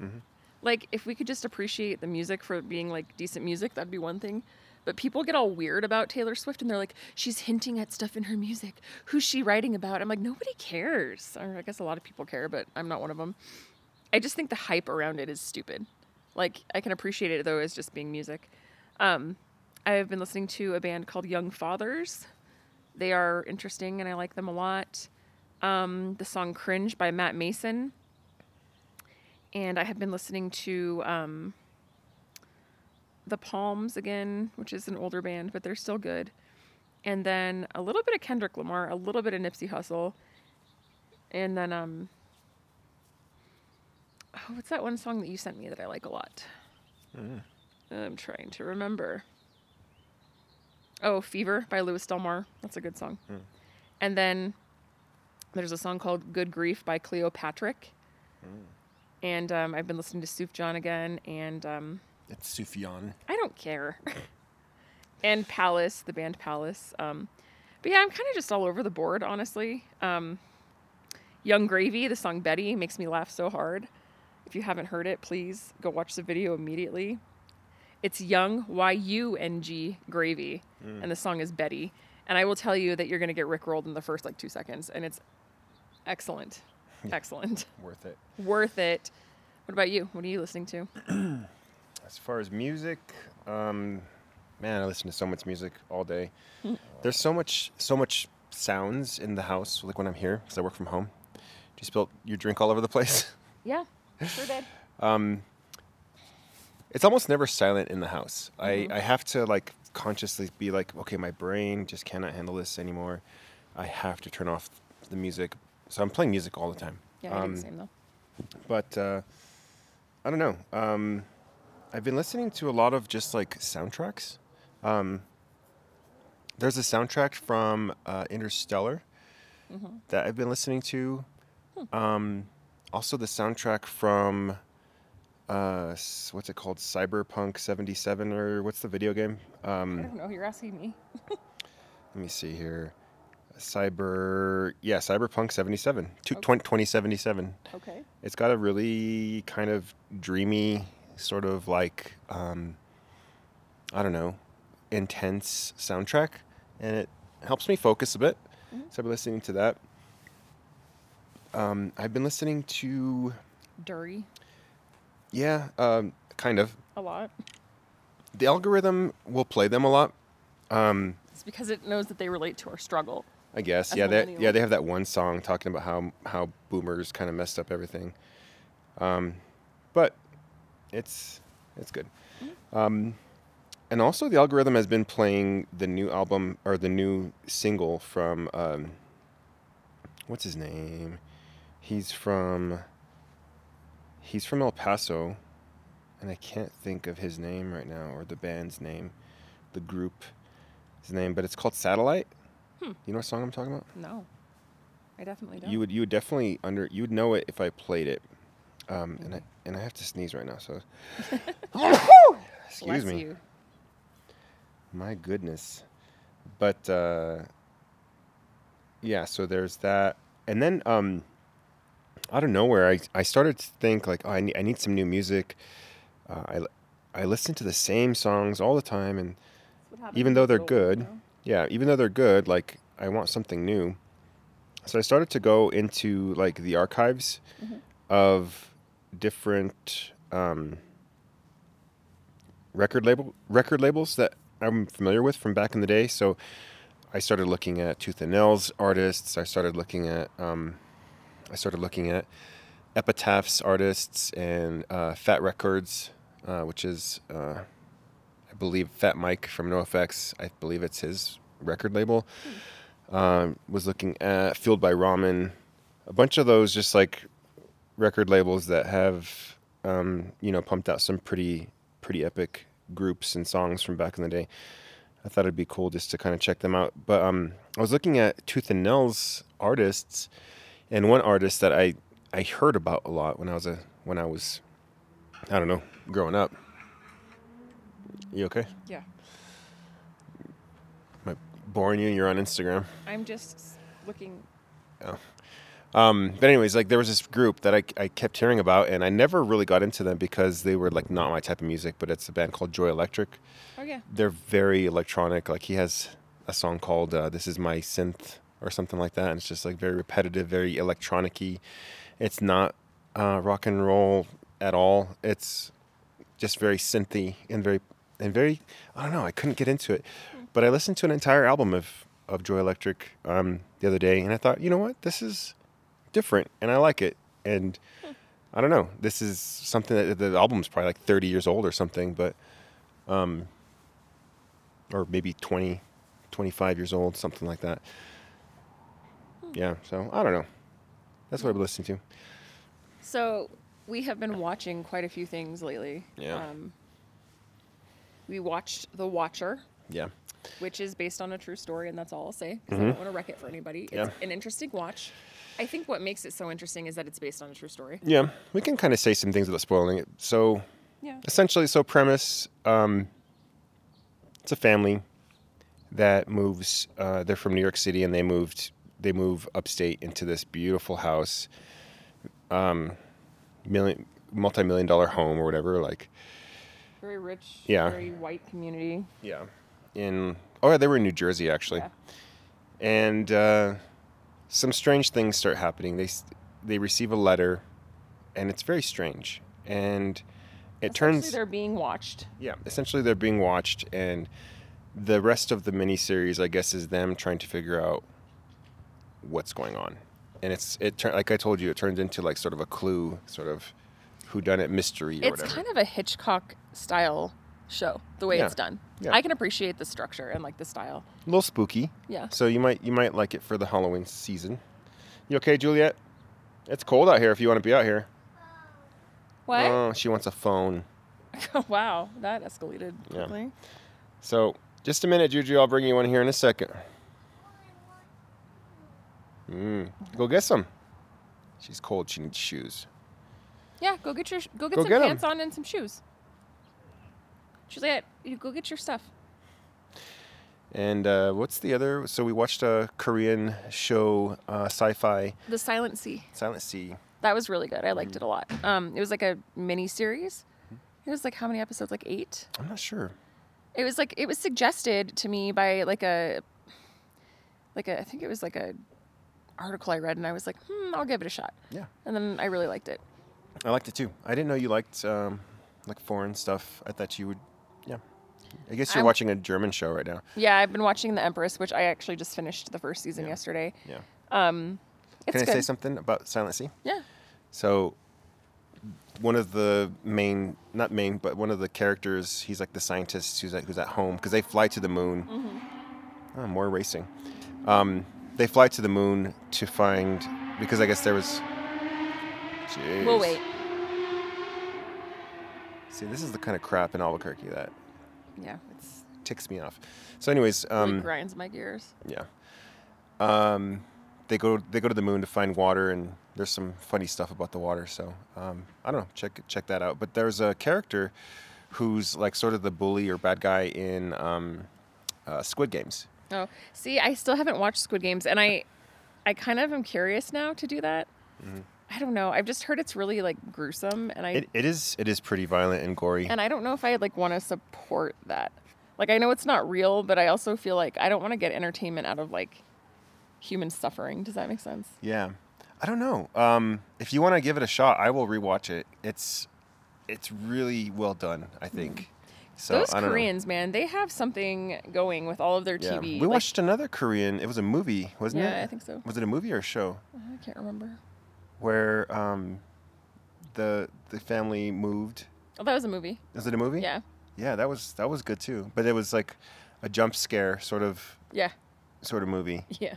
Speaker 2: Like, if we could just appreciate the music for it being like decent music, that'd be one thing. But people get all weird about Taylor Swift and they're like, she's hinting at stuff in her music. Who's she writing about? I'm like, nobody cares. Or I guess a lot of people care, but I'm not one of them. I just think the hype around it is stupid. Like, I can appreciate it though as just being music. Um, I've been listening to a band called Young Fathers they are interesting and I like them a lot. um, the song Cringe by Matt Mason. And I have been listening to um, The Palms again, which is an older band, but they're still good. And then a little bit of Kendrick Lamar, a little bit of Nipsey Hussle. And then, um, oh, what's that one song that you sent me that I like a lot? I'm trying to remember. Oh, Fever by Louis Del Mar. That's a good song. And then there's a song called Good Grief by Cleopatrick. And um, I've been listening to Suf John again, and um,
Speaker 1: It's Sufjan.
Speaker 2: I don't care. and Palace, the band Palace. Um, but yeah, I'm kind of just all over the board, honestly. Um, Young Gravy, the song Betty, makes me laugh so hard. If you haven't heard it, please go watch the video immediately. It's Young, Y U N G, Gravy, and the song is Betty. And I will tell you that you're going to get rickrolled in the first like two seconds, and it's excellent. Excellent.
Speaker 1: Worth it.
Speaker 2: Worth it. What about you? What are you listening to?
Speaker 1: As far as music, um, man, I listen to so much music all day. There's so much, so much sounds in the house. Like when I'm here, because I work from home. You spilt your drink all over the place.
Speaker 2: Yeah, sure did.
Speaker 1: It's almost never silent in the house. I, I have to like consciously be like, okay, my brain just cannot handle this anymore. I have to turn off the music. So I'm playing music all the time.
Speaker 2: Yeah, I do
Speaker 1: Um,
Speaker 2: the same though.
Speaker 1: but uh, I don't know. Um, I've been listening to a lot of just like soundtracks. Um, there's a soundtrack from uh, Interstellar that I've been listening to. Um, also, the soundtrack from uh, s- what's it called? Cyberpunk 77 or what's the video game? Um,
Speaker 2: I don't know. You're asking me.
Speaker 1: let me see here. Cyber, yeah, Cyberpunk 77, Two- 20- 2077
Speaker 2: Okay.
Speaker 1: it's got a really kind of dreamy sort of like um, i don't know intense soundtrack and it helps me focus a bit so i've been listening to that um, i've been listening to
Speaker 2: Dirty.
Speaker 1: yeah um, kind of
Speaker 2: A lot.
Speaker 1: the algorithm will play them a lot um,
Speaker 2: It's because it knows that they relate to our struggle.
Speaker 1: I guess.
Speaker 2: As
Speaker 1: yeah, they,
Speaker 2: millennials.
Speaker 1: yeah, they have that one song talking about how how boomers kind of messed up everything. Um, but it's it's good. Um, and also, the algorithm has been playing the new album or the new single from um, what's his name? He's from he's from El Paso, and I can't think of his name right now or the band's name, the group, his name. But it's called Satellite. You know what song I'm talking about?
Speaker 2: No. I definitely don't.
Speaker 1: You would you would definitely under you would know it if I played it. Um, and I
Speaker 2: Mm.
Speaker 1: and I have to sneeze right now, so excuse
Speaker 2: Bless
Speaker 1: me.
Speaker 2: you.
Speaker 1: My goodness. But uh, yeah, so there's that. And then um, out of nowhere, I, I started to think like, oh, I need, I need some new music. Uh, I, li- I listen to the same songs all the time. And
Speaker 2: That's what happens
Speaker 1: even
Speaker 2: when
Speaker 1: though
Speaker 2: you
Speaker 1: they're
Speaker 2: get
Speaker 1: good,
Speaker 2: older, you know?
Speaker 1: yeah, even though they're good, like I want something new. So I started to go into like the archives of different um, record label record labels that I'm familiar with from back in the day. So I started looking at Tooth and Nail's artists. I started looking at um, I started looking at Epitaph's artists and uh, Fat Records, uh, which is uh, I believe Fat Mike from NoFX. I believe it's his record label. Um, was looking at Fueled by Ramen, a bunch of those just like record labels that have um, you know pumped out some pretty pretty epic groups and songs from back in the day. I thought it'd be cool just to kind of check them out. But um, I was looking at Tooth and Nail's artists, and one artist that I I heard about a lot when I was a when I was I don't know growing up. You okay?
Speaker 2: Yeah.
Speaker 1: Am I boring you? You're on Instagram.
Speaker 2: I'm just s- looking.
Speaker 1: Um, but anyways, like there was this group that I, I kept hearing about, and I never really got into them because they were like not my type of music. But it's a band called Joy Electric.
Speaker 2: Oh, yeah.
Speaker 1: They're very electronic. Like he has a song called uh, "This Is My Synth" or something like that, and it's just like very repetitive, very electronic-y. It's not uh, rock and roll at all. It's just very synthy and very and very. I don't know. I couldn't get into it, but I listened to an entire album of of Joy Electric um, the other day, and I thought, you know what, this is different, and I like it. And I don't know, this is something that the album's probably like 30 years old or something, but um, or maybe 20, 25 years old, something like that. Yeah, so I don't know. That's what I've been listening to.
Speaker 2: So we have been watching quite a few things lately.
Speaker 1: Yeah.
Speaker 2: Um, we watched The Watcher,
Speaker 1: Yeah.
Speaker 2: which is based on a true story, and that's all I'll say. 'cause I don't want to wreck it for anybody. It's
Speaker 1: Mm-hmm. Yeah.
Speaker 2: an interesting watch. I think what makes it so interesting is that it's based on a true story.
Speaker 1: Yeah, we can kind of say some things without spoiling it. So
Speaker 2: Yeah.
Speaker 1: essentially, so premise, um, it's a family that moves. Uh, they're from New York City, and they moved. They move upstate into this beautiful house, um, million multi-million dollar home or whatever. Like,
Speaker 2: Very rich,
Speaker 1: Yeah.
Speaker 2: very white community.
Speaker 1: yeah, in oh yeah, they were in New Jersey actually,
Speaker 2: Yeah.
Speaker 1: and uh, some strange things start happening. They s- they receive a letter, and it's very strange, and it
Speaker 2: Especially
Speaker 1: turns
Speaker 2: they're being watched.
Speaker 1: yeah essentially they're being watched and the rest of the miniseries i guess is them trying to figure out what's going on and it's it turn like i told you it turns into like sort of a clue sort of who done it mystery or
Speaker 2: it's
Speaker 1: whatever
Speaker 2: kind of a Hitchcock style show, the way
Speaker 1: Yeah.
Speaker 2: it's done.
Speaker 1: Yeah.
Speaker 2: I can appreciate the structure and like the style.
Speaker 1: a little spooky
Speaker 2: Yeah.
Speaker 1: so you might you might like it for the halloween season you okay juliet it's cold out here if you want to be out here
Speaker 2: What?
Speaker 1: oh she wants a phone
Speaker 2: wow, that escalated
Speaker 1: Yeah.
Speaker 2: quickly.
Speaker 1: so just a minute juju i'll bring you one here in a second mm. go get some she's cold she needs shoes
Speaker 2: Yeah. go get your go get
Speaker 1: Go
Speaker 2: some
Speaker 1: get 'em.
Speaker 2: pants on and some shoes. She's like, you go get your stuff.
Speaker 1: And uh, what's the other? So we watched a Korean show, uh, sci-fi,
Speaker 2: The Silent Sea.
Speaker 1: Silent Sea.
Speaker 2: That was really good. I
Speaker 1: Mm.
Speaker 2: liked it a lot. Um, it was like a mini series. It was like how many episodes? Like eight.
Speaker 1: I'm not sure.
Speaker 2: It was like it was suggested to me by like a like a I think it was like a article I read and I was like, hmm, I'll give it a shot.
Speaker 1: Yeah,
Speaker 2: And then I really liked it.
Speaker 1: I liked it too. I didn't know you liked um, like foreign stuff. I thought you would. Yeah, I guess you're
Speaker 2: I'm-
Speaker 1: watching a German show right now.
Speaker 2: Yeah, I've been watching The Empress, which I actually just finished the first season yesterday.
Speaker 1: Yeah.
Speaker 2: It's
Speaker 1: Can I
Speaker 2: good.
Speaker 1: say something about Silent Sea?
Speaker 2: Yeah.
Speaker 1: So one of the main, not main, but one of the characters, he's like the scientist who's like who's at home because they fly to the moon.
Speaker 2: Mm-hmm.
Speaker 1: Oh, more racing. Um, they fly to the moon to find because I guess there was.
Speaker 2: We'll
Speaker 1: Jeez.
Speaker 2: wait.
Speaker 1: See, this is the kind of crap in Albuquerque that
Speaker 2: Yeah, it's
Speaker 1: ticks me off. So, anyways,
Speaker 2: really
Speaker 1: um,
Speaker 2: grinds my gears.
Speaker 1: yeah. Um, they go they go to the moon to find water, and there's some funny stuff about the water. So um, I don't know. Check check that out. But there's a character who's like sort of the bully or bad guy in um, uh, Squid Games.
Speaker 2: Oh, see, I still haven't watched Squid Games, and I, I kind of am curious now to do that. I don't know. I've just heard it's really like gruesome, and I
Speaker 1: Mm-hmm. It, it is it is pretty violent and gory.
Speaker 2: and I don't know if I like want to support that. Like I know it's not real, but I also feel like I don't want to get entertainment out of like human suffering. Does that make sense?
Speaker 1: Yeah, I don't know. Um, if you want to give it a shot, I will rewatch it. It's it's really well done. I think. So I
Speaker 2: Those
Speaker 1: don't know.
Speaker 2: Koreans, man, they have something going with all of their
Speaker 1: Yeah.
Speaker 2: TV.
Speaker 1: We
Speaker 2: like-
Speaker 1: watched another Korean. It was a movie, wasn't it?
Speaker 2: Yeah, I think so.
Speaker 1: Was it a movie or a show?
Speaker 2: I can't remember.
Speaker 1: where um, the the family moved.
Speaker 2: Oh, that was a movie.
Speaker 1: Is it a movie?
Speaker 2: Yeah.
Speaker 1: Yeah, that was that was good too. But it was like a jump scare sort of
Speaker 2: Yeah.
Speaker 1: sort of movie.
Speaker 2: Yeah.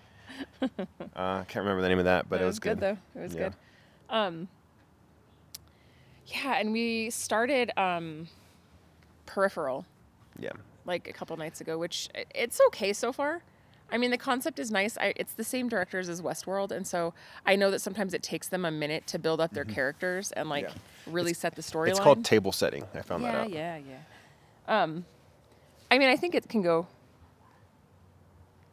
Speaker 1: Uh, I can't remember the name of that, but
Speaker 2: That
Speaker 1: it was, good.
Speaker 2: though. It was
Speaker 1: Yeah.
Speaker 2: good. Um, yeah, and we started um, Peripheral
Speaker 1: Yeah.
Speaker 2: like a couple nights ago, which i- it's okay so far. I mean, the concept is nice. I, it's the same directors as Westworld, and so I know that sometimes it takes them a minute to build up their characters and like
Speaker 1: Mm-hmm. Yeah.
Speaker 2: really set the storyline.
Speaker 1: It's called table setting. I found that
Speaker 2: yeah,
Speaker 1: out.
Speaker 2: yeah, yeah. Um, I mean, I think it can go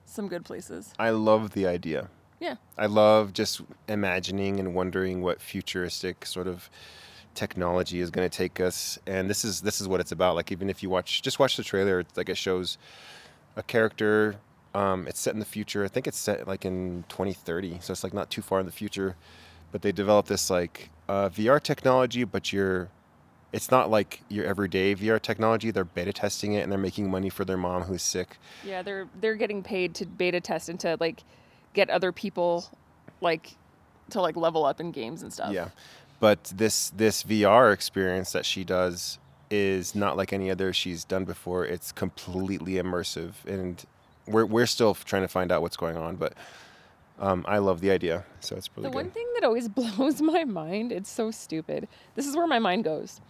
Speaker 2: some good places.
Speaker 1: I love the idea.
Speaker 2: Yeah.
Speaker 1: I love just imagining and wondering what futuristic sort of technology is going to take us. And this is this is what it's about. Like even if you watch, just watch the trailer. It's like it shows a character. Um, it's set in the future. I think it's set like in 2030, so it's like not too far in the future. But they develop this like uh, VR technology, but you're it's not like your everyday VR technology. They're beta testing it and they're making money for their mom who's sick.
Speaker 2: Yeah, they're they're getting paid to beta test and to like get other people like to like level up in games and stuff.
Speaker 1: Yeah, but this this VR experience that she does is not like any other she's done before. It's completely immersive, and we're we're still trying to find out what's going on. But um, I love the idea, so it's really
Speaker 2: The
Speaker 1: good.
Speaker 2: one thing that always blows my mind, it's so stupid. This is where my mind goes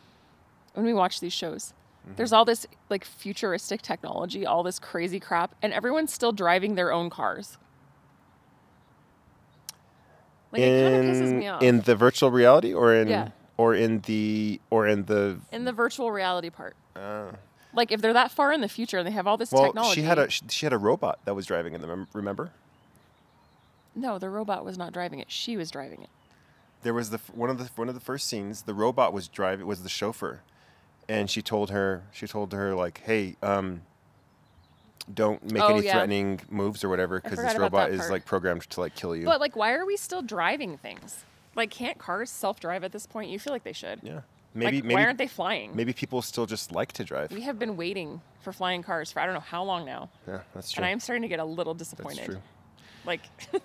Speaker 2: when we watch these shows.
Speaker 1: Mm-hmm.
Speaker 2: There's all this like futuristic technology, all this crazy crap, and everyone's still driving their own cars. Like it kind of pisses
Speaker 1: in,
Speaker 2: me off.
Speaker 1: in the virtual reality, or in
Speaker 2: Yeah.
Speaker 1: or in the or in the
Speaker 2: in the virtual reality part. Like if they're that far in the future and they have all this
Speaker 1: Ah. well,
Speaker 2: technology.
Speaker 1: she had a she, she had a robot that was driving in the mem- remember.
Speaker 2: no, the robot was not driving it. She was driving it.
Speaker 1: there was the f- one of the one of the first scenes. The robot was driving was the chauffeur, and she told her she told her like, "Hey, um, don't make
Speaker 2: Oh,
Speaker 1: any
Speaker 2: yeah.
Speaker 1: threatening moves or whatever, because
Speaker 2: forgot
Speaker 1: this
Speaker 2: about
Speaker 1: robot
Speaker 2: that
Speaker 1: is
Speaker 2: part.
Speaker 1: like programmed to like kill you."
Speaker 2: But like, why are we still driving things? Like, can't cars self-drive at this point? You feel like they should.
Speaker 1: yeah, maybe
Speaker 2: like,
Speaker 1: maybe
Speaker 2: why aren't they flying?
Speaker 1: maybe people still just like to drive.
Speaker 2: We have been waiting for flying cars for I don't know how long now,
Speaker 1: Yeah, that's true.
Speaker 2: and I am starting to get a little
Speaker 1: that's
Speaker 2: disappointed.
Speaker 1: true.
Speaker 2: Like, I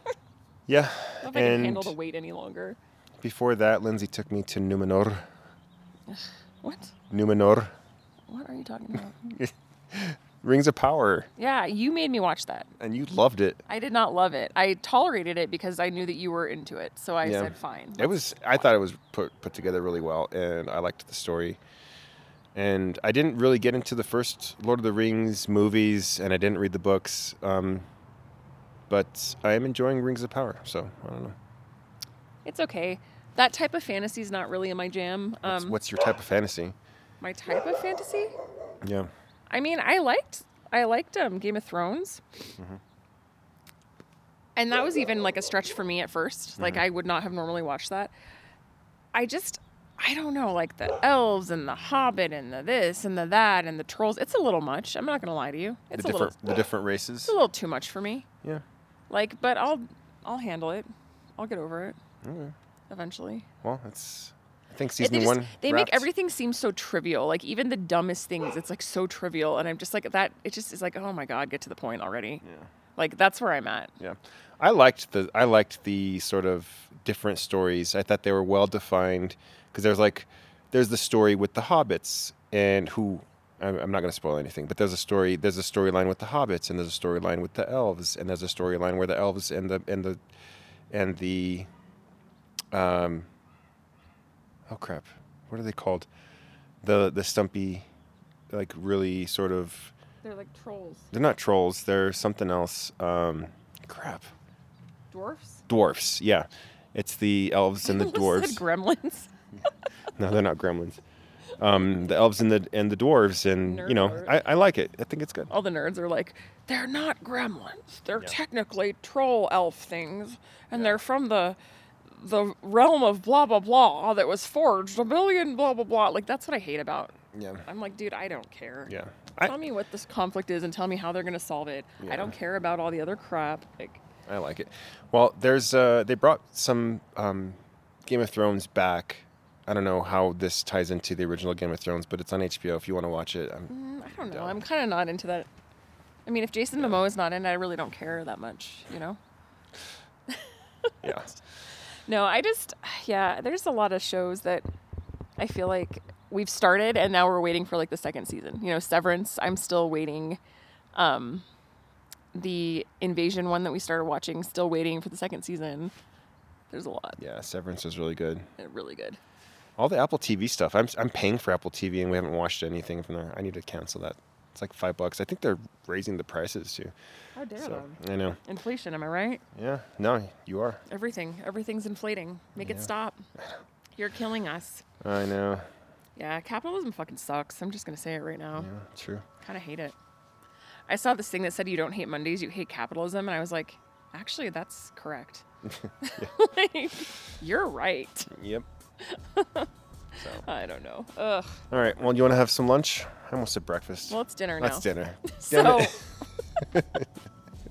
Speaker 1: Yeah,
Speaker 2: don't know if I can
Speaker 1: and
Speaker 2: handle the wait any longer.
Speaker 1: before that, Lindsay took me to Numenor.
Speaker 2: What?
Speaker 1: Numenor,
Speaker 2: What are you talking about?
Speaker 1: Rings of Power,
Speaker 2: yeah, you made me watch that.
Speaker 1: and you loved it.
Speaker 2: I did not love it. I tolerated it because I knew that you were into it, so I
Speaker 1: Yeah.
Speaker 2: said fine.
Speaker 1: It was. I thought it was put put together really well, and I liked the story. And I didn't really get into the first Lord of the Rings movies, and I didn't read the books. Um, but I am enjoying Rings of Power, so I don't know.
Speaker 2: It's okay. That type of fantasy is not really in my jam.
Speaker 1: What's,
Speaker 2: Um,
Speaker 1: what's your type of fantasy?
Speaker 2: my type of fantasy?
Speaker 1: Yeah,
Speaker 2: I mean, I liked I liked um, Game of Thrones, and that was even like a stretch for me at 1st Like I would not have normally watched that. I just I don't know, like the elves and the Hobbit and the this and the that and the trolls. It's a little much. I'm not gonna lie to you. It's
Speaker 1: the
Speaker 2: a little
Speaker 1: different the different races.
Speaker 2: it's a little too much for me.
Speaker 1: Yeah.
Speaker 2: Like, but I'll I'll handle it. I'll get over it eventually.
Speaker 1: Well, it's. I think
Speaker 2: It-
Speaker 1: season
Speaker 2: they just-
Speaker 1: one.
Speaker 2: they
Speaker 1: wrapped.
Speaker 2: make everything seem so trivial like even the dumbest things it's like so trivial and i'm just like that it just is like oh my god get to the point already
Speaker 1: Yeah.
Speaker 2: like that's where i'm at
Speaker 1: Yeah, I liked the I liked the sort of different stories. I thought they were well defined because there's like there's the story with the hobbits and who I'm, I'm not going to spoil anything, but there's a story there's a storyline with the hobbits and there's a storyline with the elves and there's a storyline where the elves and the and the and the um oh crap what are they called the the stumpy like really sort of
Speaker 2: they're like trolls
Speaker 1: they're not trolls they're something else um crap
Speaker 2: dwarfs
Speaker 1: dwarfs. Yeah, it's the elves and the dwarves.
Speaker 2: gremlins
Speaker 1: no, they're not gremlins. Um, the elves and the and the dwarves, and you know,
Speaker 2: Nerd.
Speaker 1: I, I like it. I think it's good.
Speaker 2: all the nerds are like they're not gremlins they're technically troll elf things and they're from the the realm of blah blah blah that was forged a million blah blah blah like that's what i hate about
Speaker 1: Yeah,
Speaker 2: i'm like dude i don't care
Speaker 1: yeah.
Speaker 2: tell
Speaker 1: I,
Speaker 2: me what this conflict is and tell me how they're going to solve it.
Speaker 1: Yeah.
Speaker 2: I don't care about all the other crap. Like,
Speaker 1: I like it. Well, there's uh, they brought some um, Game of Thrones back. I don't know how this ties into the original Game of Thrones, but it's on HBO if you want to watch it. Um
Speaker 2: mm, I don't know.
Speaker 1: Yeah.
Speaker 2: I'm kind of not into that. I mean, if Jason Momoa's not in, it, I really don't care that much, you know?
Speaker 1: yeah,
Speaker 2: No, I just, yeah, there's a lot of shows that I feel like we've started and now we're waiting for like the second season. You know, Severance, I'm still waiting. Um, the Invasion one that we started watching, still waiting for the second season. There's a lot.
Speaker 1: yeah. Severance was really good.
Speaker 2: Really good.
Speaker 1: All the Apple TV stuff. I'm I'm paying for Apple TV and we haven't watched anything from there. I need to cancel that. It's like five bucks. I think they're raising the prices too.
Speaker 2: How dare
Speaker 1: So
Speaker 2: them?
Speaker 1: I know.
Speaker 2: Inflation, am I right?
Speaker 1: Yeah, no, you are.
Speaker 2: Everything, everything's inflating. Make
Speaker 1: Yeah.
Speaker 2: it stop. You're killing us.
Speaker 1: I know.
Speaker 2: Yeah, capitalism fucking sucks. I'm just gonna say it right now.
Speaker 1: Yeah, true.
Speaker 2: Kind of hate it. I saw this thing that said you don't hate Mondays, you hate capitalism, and I was like, actually, that's correct. like, you're right.
Speaker 1: Yep. so,
Speaker 2: I don't know. Ugh.
Speaker 1: all right. Well, you want to have some lunch? I almost said breakfast.
Speaker 2: Well, it's dinner now.
Speaker 1: That's dinner. Damn
Speaker 2: So
Speaker 1: it.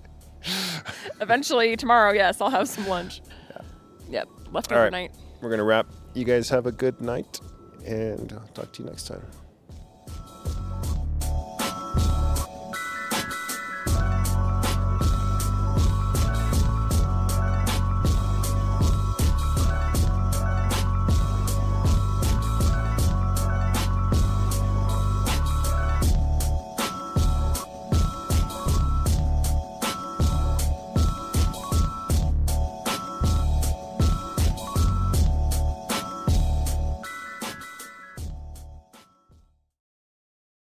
Speaker 2: eventually tomorrow, yes, I'll have some lunch. Yep. Leftover
Speaker 1: All right.
Speaker 2: night.
Speaker 1: We're gonna wrap. You guys have a good night, and I'll talk to you next time.